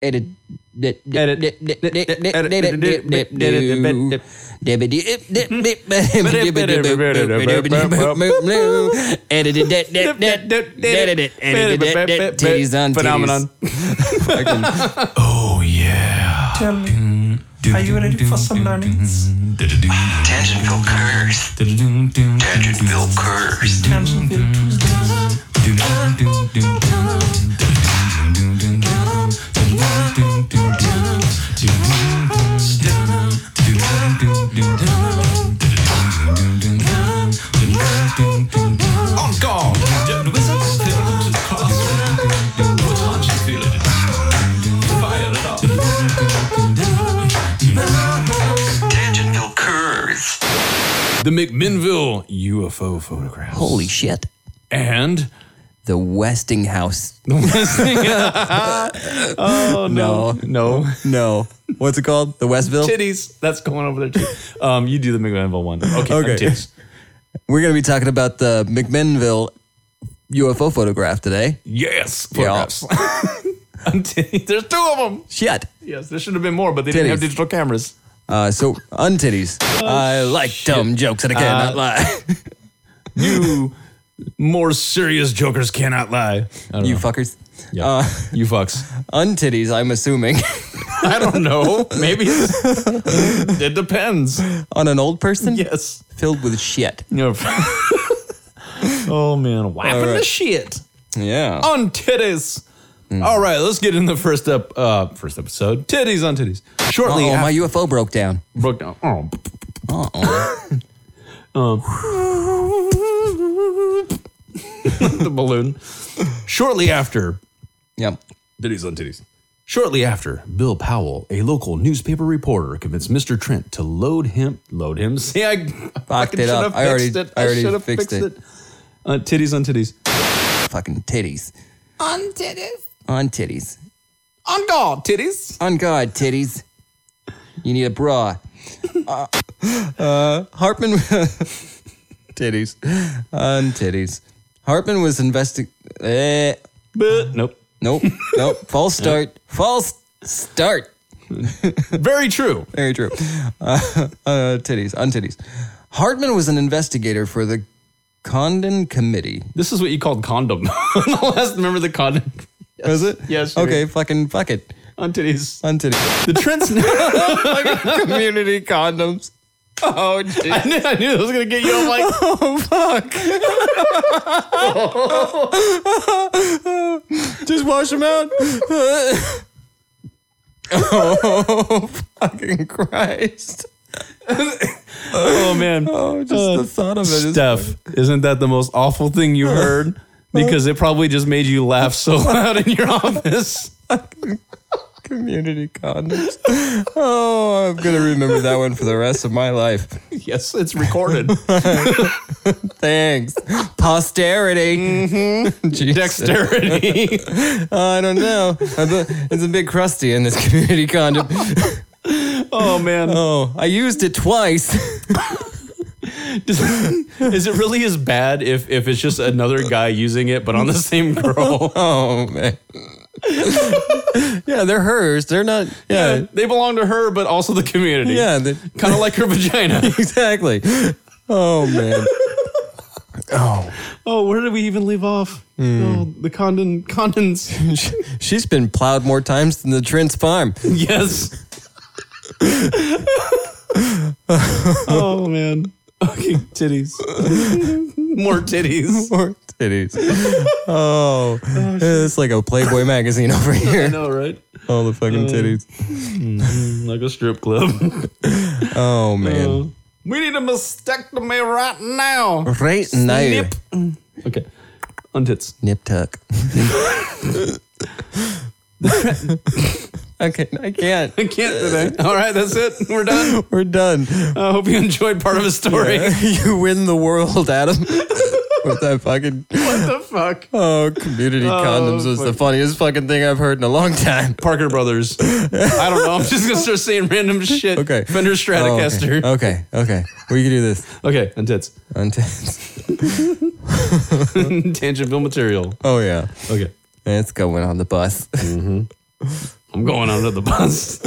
Edit. Edit. Edit. Phenomenon. Phenomenon. Oh yeah. Tell me, are you ready for some learnings? Tangent curse. Tangent curse. Tangent Tuesdays. Encore. Tangent curse. The McMinnville UFO photographs. Holy shit. And The Westinghouse. Oh, no. No. No. What's it called? The Westville? Titties. That's going over there, too. Um, you do the McMinnville one. Okay. Okay. okay. Titties. We're going to be talking about the McMinnville UFO photograph today. Yes. Photographs. I'm titties. There's two of them. Shit. Yes, there should have been more, but they didn't have Titties. digital cameras. Uh, so, untitties. I like dumb jokes and I cannot lie. You more serious jokers cannot lie. I don't you know. fuckers. Yeah. Uh, you fucks. untitties, I'm assuming. I don't know. Maybe it's, it depends. On an old person? Yes. Filled with shit. You're- oh man, wiping right. the shit Yeah. on titties. All right, let's get in the first up uh first episode. Titties on titties. Shortly Oh, after my UFO broke down. broke down. Oh. um. the balloon. Shortly after Yep. Titties on titties. Shortly after, Bill Powell, a local newspaper reporter, convinced Mr. Trent to load him. Load him. See, I, I fucking it should up. have I already- fixed it. I already should have fixed it. Uh, titties on titties. Fucking titties. On titties. On titties. On God, titties. On God, titties. You need a bra. Uh, uh, Hartman. titties. On titties. Hartman was investi Eh, But nope. nope. Nope. False start. False start. Very true. Very true. Uh, uh, titties. On titties. Hartman was an investigator for the Condon Committee. This is what you called condom. Last remember the condom Was it? Yes, sure. Okay, fucking fuck it. on titties. On titties. The Trent's. Community condoms. Oh, jeez. I knew, I knew that was gonna get you. I'm like, Oh, Just wash them out. oh, fucking Christ. oh man. Uh, Oh, just the thought of it is. Steph, isn't that the most awful thing you heard? Because it probably just made you laugh so loud in your office. Community condoms. Oh, I'm going to remember that one for the rest of my life. Yes, it's recorded. Thanks. Posterity. Jesus. Dexterity. I don't know. It's a bit crusty in this community condom. Oh man. Oh, I used it twice. Does- Is it really as bad if if it's just another guy using it but on the same girl? Oh, man. yeah, they're hers. They're not. Yeah. They belong to her but also the community. Yeah. they- Kind of like her vagina. exactly. Oh man. Oh, where did we even leave off? Oh, the condon condons. She's been plowed more times than the Trent's farm. Yes. oh man. Okay, titties. More titties. Poor titties. Oh, it's like a Playboy magazine over I here. know, right? All the fucking titties. Like a strip club. Oh uh, man. we need a mastectomy right now. Right now. Nip. Okay. On tits. Nip tuck. okay, I can't. I can't today. All right, that's it. We're done. We're done. I hope you enjoyed part of the story. you win the world, Adam. With that fucking What the fuck? oh, community condoms was the funniest fucking thing I've heard in a long time. Parker Brothers. I don't know. I'm just gonna start saying random shit. Okay. Fender Stratocaster. Oh, okay. okay, okay. We can do this. okay, on tits. Untense. Uh-huh. Tangent film material. Oh yeah, Okay. it's going on the bus. I'm going under the bus.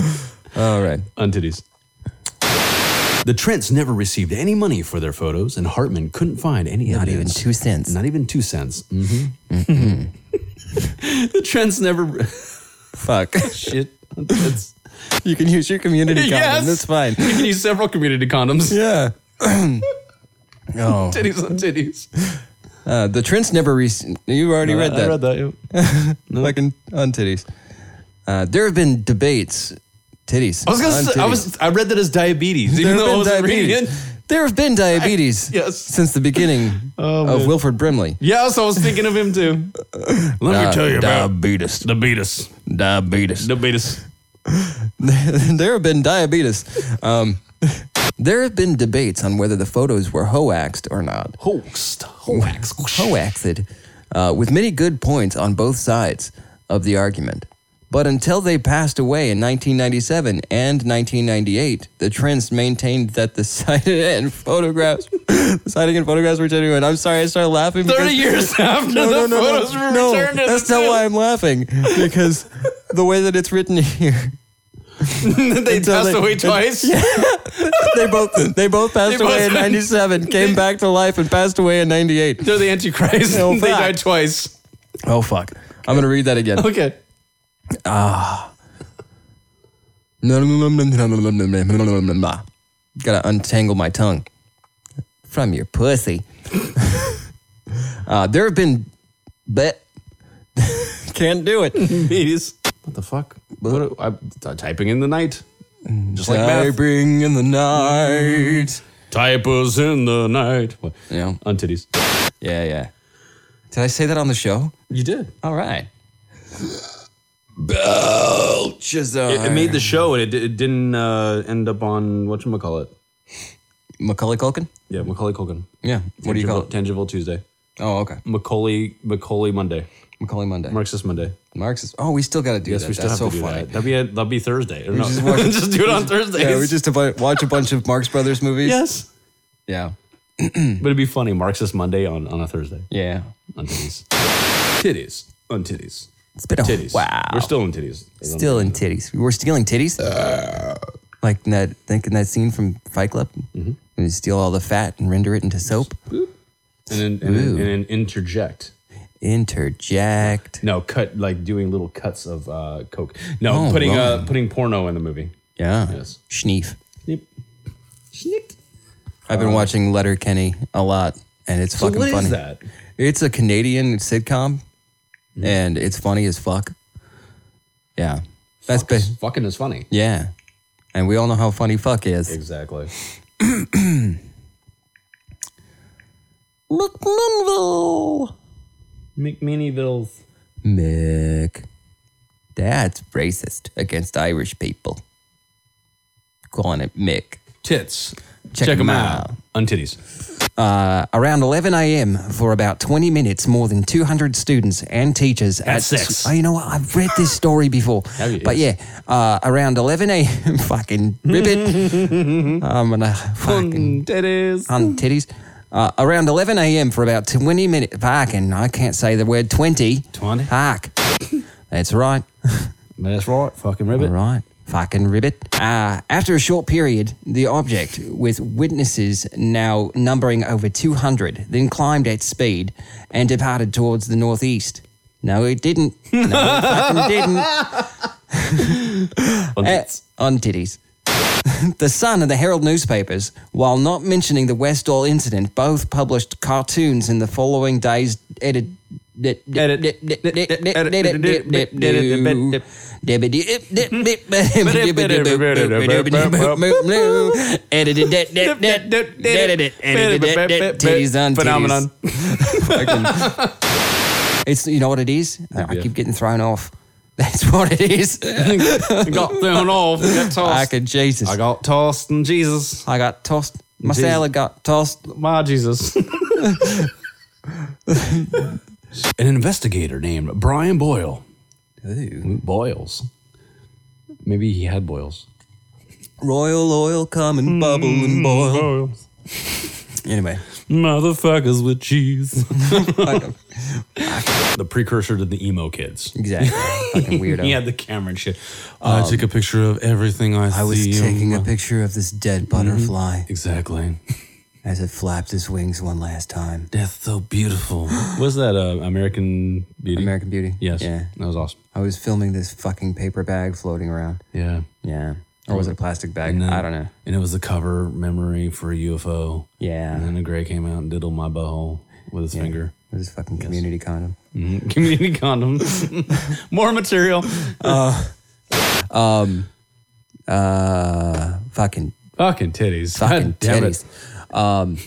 All right. Untitties. The Trents never received any money for their photos, and Hartman couldn't find any Not even evidence. two cents. Not even two cents. hmm Mm-hmm. Mm-hmm. the Trents never. Fuck. Shit. That's, You can use your community condom. Yes. That's fine. you can use several community condoms. Yeah. oh. Titties on titties. Uh, the Trents never re- You already read that. I read that. yeah. Fucking on titties. Uh, there have been debates. Titties. I was gonna say, I was I read that as diabetes, even though I wasn't reading it. There have been diabetes yes. Oh, since the beginning of Wilfred Brimley. Yes, I was thinking of him too. Let Ah, me tell you about diabetes. the beatus. Diabetes. The beatus. there have been diabetes. Um, there have been debates on whether the photos were hoaxed or not. Hoaxed. Hoax. Hoaxed, uh, with many good points on both sides of the argument. But until they passed away in 1997 and 1998, the Trents maintained that the sighting and photographs, sighting and photographs were genuine. I'm sorry, I started laughing. because- 30 years after the photos were no, returned. to that's the not why I'm laughing because the way that it's written here, tomb. they until passed they- away twice. they both they both passed They away in both- '97, came back to life, and passed away in '98. They're the Antichrist. No they fact. died twice. Oh fuck! I'm gonna read that again. Okay. Gotta untangle my tongue from your pussy. uh, there have been, but can't do it. Beatus. What the fuck? What, I, I'm typing in the night. Just like math. Typing in the night. Typers in the night. What? Yeah, On titties. yeah, yeah. Did I say that on the show? You did. All right. Belshazzar. It made the show and it, it didn't uh, end up on whatchamacallit. Macaulay Culkin. Yeah, Macaulay Culkin. Yeah. What do you call it? Tangible Tuesday. Oh, okay. Macaulay Macaulay Monday. Macaulay Monday. Marxist Monday. Marxist. Oh, we still got to do that. we still That's have so to do funny. that. That'd be a, that'd be Thursday. Or no. just just, watch- do it on Thursdays. Yeah, we just a bu- watch a bunch of Marx Brothers movies. yes. Yeah. But it'd be funny. Marxist Monday on, on a Thursday. Yeah. On titties. titties. On titties. It's been a Titties. wow. We're still in titties. still in titties. We were stealing Uh. titties. like in that, think in that scene from Fight Club. mm We steal all the fat and render it into soap. And then, and, then, and then interject. Interject. No, cut like doing little cuts of uh, coke. No, Oh, putting wow. uh, putting porno in the movie. Yeah. Yes. Schneef. Yep. Shit. I've been watching Letter Kenny a lot, and it's So fucking what is funny. that? It's a Canadian sitcom, and it's funny as fuck. Yeah. That's ba- Fucking is funny. yeah. And we all know how funny fuck is. Exactly. McMinnville. McMinneyville's. Mick. That's racist against Irish people. Calling it Mick. Tits. Check 'em out. On titties. Uh, around 11 a.m. for about 20 minutes, more than 200 students and teachers at six. Oh, you know what? I've read this story before. Have you? But yeah, uh, around 11 a.m. fucking ribbit. I'm gonna fucking Mm. titties. on titties. Uh, around 11 a.m. for about 20 minutes. Fucking, I can't say the word 20. 20? Fuck. That's right. That's right. Fucking ribbit. All right. Fucking ribbit. Uh, after a short period, the object, with witnesses now numbering over 200, then climbed at speed and departed towards the northeast. No, it didn't. No, it fucking didn't. On Eh, tits. on titties. the Sun and the Herald newspapers, while not mentioning the Westall incident, both published cartoons in the following day's edit. Phenomenon. Phenomenon. It's you know what it is. I keep getting thrown off. That's what it is. I got thrown off. Got tossed. I, Fucking Jesus. got tossed and Jesus. I got tossed. My Jeez. salad got tossed. My Jesus. An investigator named Brian Boyle. Boils. Maybe he had boils. Royal oil coming, bubble and Mm. boil. Anyway, Motherfuckers with cheese. I don't- the precursor to the emo kids. Exactly. Fucking weirdo. He had the camera and shit. I took a picture of everything I, I was see. taking a picture of this dead Mm-hmm. butterfly Exactly. as it flapped its wings one last time. Death so beautiful. Was that uh, American Beauty? American Beauty. Yes. Yeah. That was awesome. I was filming this fucking paper bag floating around. Yeah. Yeah. Or was it a plastic bag? then- I don't know. And it was the cover memory for a UFO. Yeah. And then a gray came out and diddled my butthole with his finger. It was a fucking community condom. Community condom. More material. Uh, fucking Fucking titties. fucking God damn titties. Um,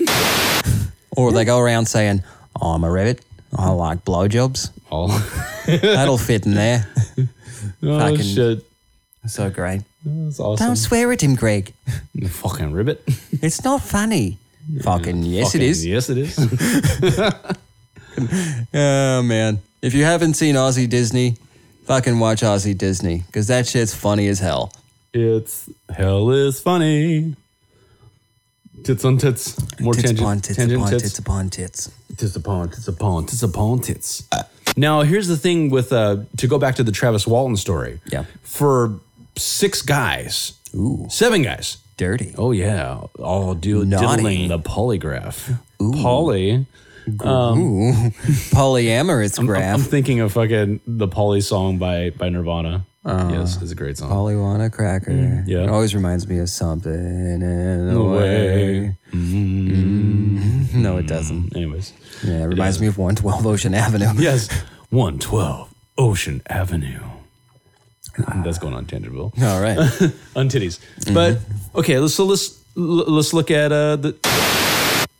or they go around saying, oh, "I'm a rabbit. I like blowjobs." It. Oh, All. That'll fit in there. Oh Fucking- shit. so great. That's Don't awesome. swear at him, Greg. Fucking ribbit. It's not funny. Fucking yes, Fucking it is. Yes, it is. Oh man! If you haven't seen Aussie Disney, fucking watch Aussie Disney because that shit's funny as hell. it's hell is funny. Tits on tits. More tits tangent. upon tits tangent upon tits. tits. upon tits. Tis upon, tis upon, tis upon tits. Now, here's the thing with, uh, to go back to the Travis Walton story. Yeah. For six guys, Ooh, seven guys. dirty. Oh, yeah. All do, Naughty. diddling the polygraph. Poly. Ooh, polyamorous I'm graph. thinking of fucking the Poly song by, by Nirvana. Uh. yes, it's a great song. Polywana cracker. Mm, yeah. It always reminds me of something in a way. way. Mm. No, it doesn't. Anyways. Yeah, it reminds me of 112 Ocean Avenue. Yes. 112 Ocean Avenue. That's going on Tangerville. All right. on titties. But okay, let's so let's l- let's look at uh the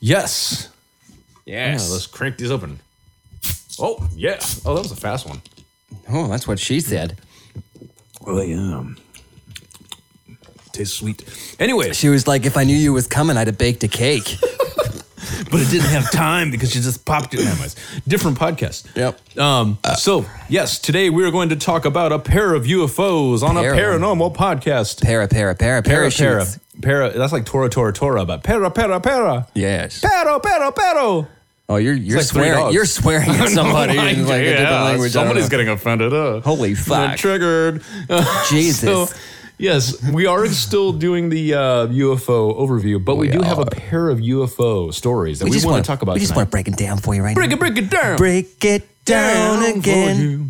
yes, yes. let's crank these open. Oh yeah. Oh, that was a fast one. Oh, that's what she said. Well, yeah. Tastes sweet. Anyway, She was like, if I knew you was coming, I'd have baked a cake. but it didn't have time because she just popped it. Anyways, different podcast. Yep. Um. so yes, today we are going to talk about a pair of UFOs on Pair a of- paranormal podcast. Para, para, para, Para, parachutes. para, para. That's like Tora, Tora, Tora, but para, para, para. Yes. Pero, pero, pero. Oh Oh, you're you're like three swearing dogs. you're swearing at somebody in like a different language. I don't know. getting offended. Uh, Holy They're fuck. Triggered. Jesus. So, yes, we are still doing the uh, UFO overview, but we, do have a pair of UFO stories that we, want wanna- to talk about. We just want tonight. to break it down for you right break now. it, break it down. Break it down, for again. you.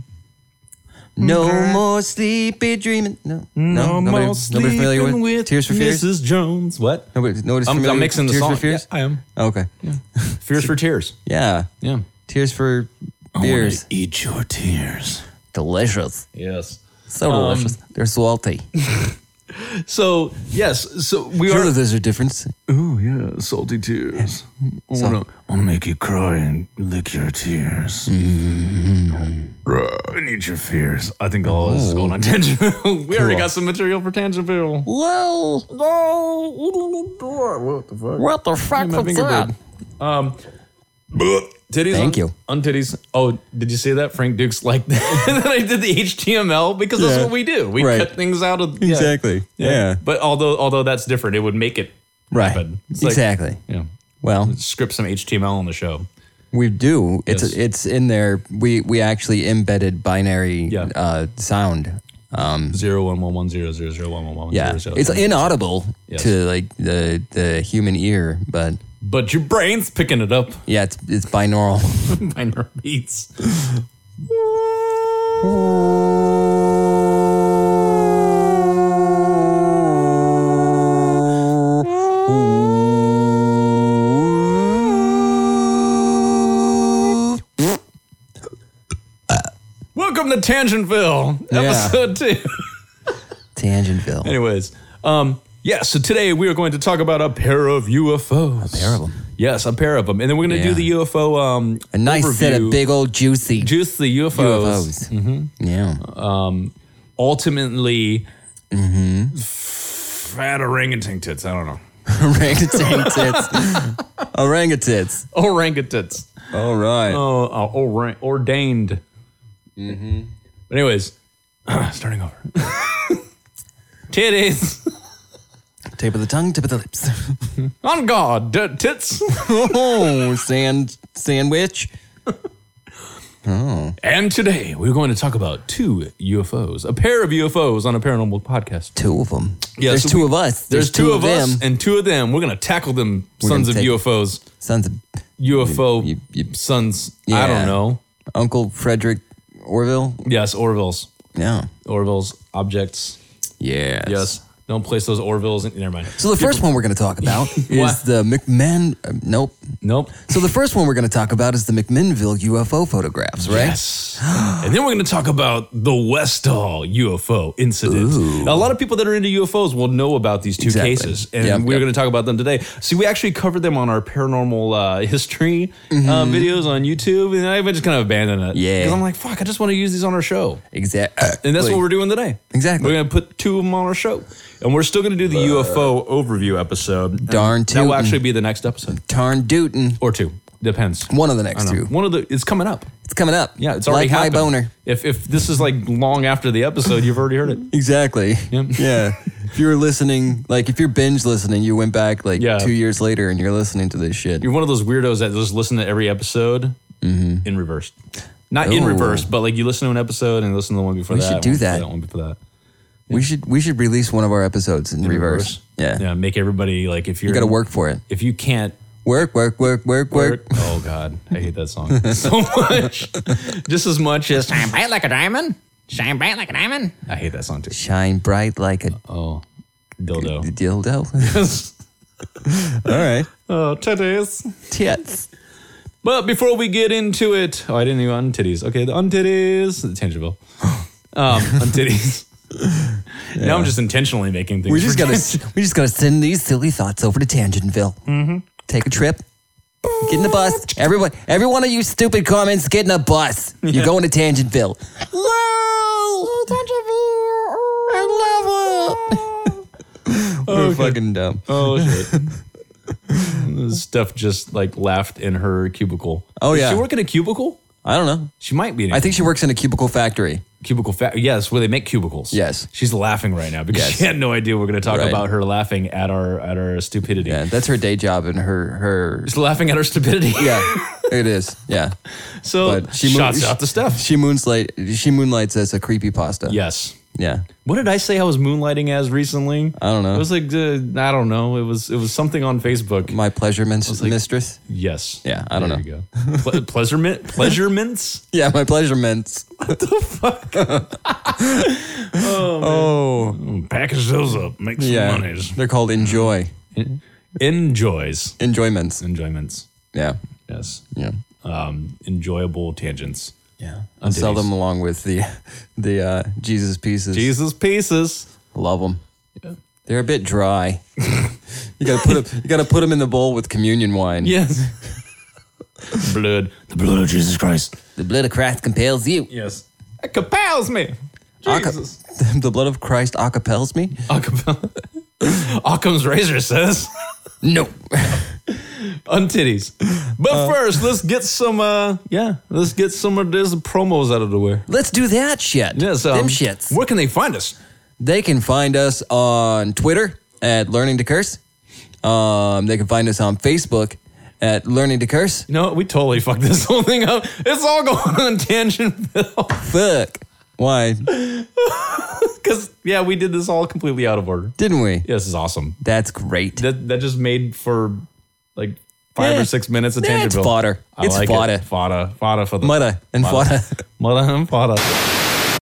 No more sleepy dreaming. No, no, I'm nobody, all nobody familiar with, sleeping Tears for Fears. Mrs. Jones. What? Nobody, nobody's I'm, familiar I'm with mixing the Tears song. for Fears. Yeah, I am. Okay, Fears for Tears. yeah, Yeah. Tears for Fears. Eat your tears. Delicious, Yes. so Um, delicious. They're salty. So yes, so we Surely are. there's a difference. Oh, yeah. Salty tears. So- I'll make you cry and lick your tears. Bruh, and eat your fears. I think all this is going on Tangerville. we already got some material for Tangerville. Well, What the fuck? what the fuck my was finger that? did. Um, titties. Thank on, you. On titties. Oh, did you say that Frank Dukes like that? I did the HTML because that's Yeah. what we do. We Right. cut things out of yeah. But although although that's different, it would make it Right. happen. It's like- Exactly. you know, Well, script some HTML on the show. we do. It's Yes. it's in there. We we actually embedded binary Yeah. uh, sound. Zero one one one zero zero zero one one one Yeah, zero zero. it's inaudible Yes. to like the the human ear, but but your brain's picking it up yeah, it's it's binaural. minor beats. Welcome to Tangentville, Yeah. episode two. Tangentville. Anyways, um, yeah, so today we are going to talk about a pair of UFOs. A pair of 'em. Yes, a pair of them. And then we're going to Yeah. do the UFO um, A nice set of overview. big old juicy Just the UFOs. UFOs. Mm-hmm. Yeah. Uh. ultimately Mm-hmm. fat orangutan tits. I don't know. Orangutan tits. Orangutans. Orangutans. All right. Oh, uh, orang- ordained. Mm-hmm. But anyways, starting over. Titties Tip of the tongue, tip of the lips. on God, d- tits. oh, sand sandwich. And today we're going to talk about two UFOs, a pair of UFOs on a paranormal podcast. Two of them. Yeah, there's so two we- of us. There's, two, of them. us and two of them. We're gonna tackle them gonna sons of take- UFOs, Sons of UFO you- you- sons. I Yeah. don't know. Uncle Frederick Orville. Yes, Orville's, Yeah. Orville's objects. Yes. Yes, don't place those Orville's. In, never mind. So the first one we're going to talk about is What? the McMahon. uh, nope. Nope. So the first one we're going to talk about is the McMinnville UFO photographs, right? Yes. and then we're going to talk about the Westall UFO incident. Now, a lot of people that are into UFOs will know about these two Exactly. cases, and Yep, we're yep. going to talk about them today. See, we actually covered them on our paranormal uh, history uh, videos on YouTube, and I just kind of abandoned it. Mm-hmm. Yeah. Because I'm like, fuck, I just want to use these on our show. Exactly. And that's what we're doing today. Exactly. We're going to put two of them on our show. And we're still going to do the UFO overview episode. And Darn That will tootin'. actually be the next episode Tarn Dootin. or two. Depends. One of the I next don't know. two. One of the, it's coming up. It's coming up. Yeah, it's already like happened. my boner. If if this is like long after the episode, you've already heard it. Exactly. Yeah. if you're listening, like if you're binge listening, you went back like Yeah. two years later and you're listening to this shit. You're one of those weirdos that just listen to every episode in reverse. Not in Mm-hmm. Ooh. reverse, but like you listen to an episode and listen to the one before We that. should do one before that. One before that. we should we should release one of our episodes in, reverse. Yeah. Yeah. Make everybody like if you're You got to work for it. if you can't Work, work, work, work, work. work. Oh God, I hate that song so much. just as much as Shine bright like a diamond. Shine bright like a diamond. I hate that song too. Shine bright like a Oh, dildo. dildo. All right. oh, titties. Tits. But before we get into it, oh, I didn't even on titties. Okay, the on titties, tangible. Um, on titties. Now I'm just intentionally making things. We just forget- gotta we just gotta send these silly thoughts over to Tangentville. Mm-hmm. Take a trip. Get in the bus. Everyone, every one of you stupid comments, get in a bus. You're going to Tangentville. We're fucking dumb. Oh shit. Steph just like laughed in her cubicle. Oh, Does yeah. she work in a cubicle? I don't know. She might be. In a I think she works in a cubicle factory. cubicle. Fa- yes, where they make cubicles. Yes. She's laughing right now because Yes. she had no idea we're going to talk Right. about her laughing at our at our stupidity. Yeah, that's her day job and her her. She's laughing at our stupidity. Yeah, it is. Yeah, so but she she moon- shouts out to Steph. she moonlight she moonlights as a creepy pasta. yes. yeah. What did I say I was moonlighting as recently? I don't know. It was like uh, I don't know. It was it was something on Facebook. My pleasure min- mistress. yes. Yeah, I don't there know. You go. Ple- pleasurement pleasurements. Yeah, my pleasure mints. Package those up. Make some Yeah, they're called enjoy Enjoys enjoyments. enjoyments. Yeah, Yes. yeah, Um, enjoyable tangents. yeah. And sell titties. them along with the the uh, Jesus pieces. Jesus pieces. Love them. They're a bit dry. you gotta put 'em- you gotta put them in the bowl with communion wine. Yes. Blood. The blood of Jesus Christ. The blood of Christ compels you. Yes. It compels me. Aca- Jesus. the blood of Christ acapels me. Acapella. Occam's razor says. No. on titties. But first, let's get some. uh Yeah, let's get some of these promos out of the way. Let's do that shit. Yeah, so um, Them shits. Where can they find us? They can find us on Twitter at Learning to Curse. Um, they can find us on Facebook at Learning to Curse. You know, what? we totally fucked this whole thing up. It's all going on Tangentville. Fuck. Why Because yeah, we did this all completely out of order. didn't we? Yeah, this is awesome. That's great. That that just made for like five Yeah. or six minutes of Yeah, Tangentville. it's fodder. I It's like fodder. It. Fodder. Fodder for the Mudda and fodder. Mudda and fodder.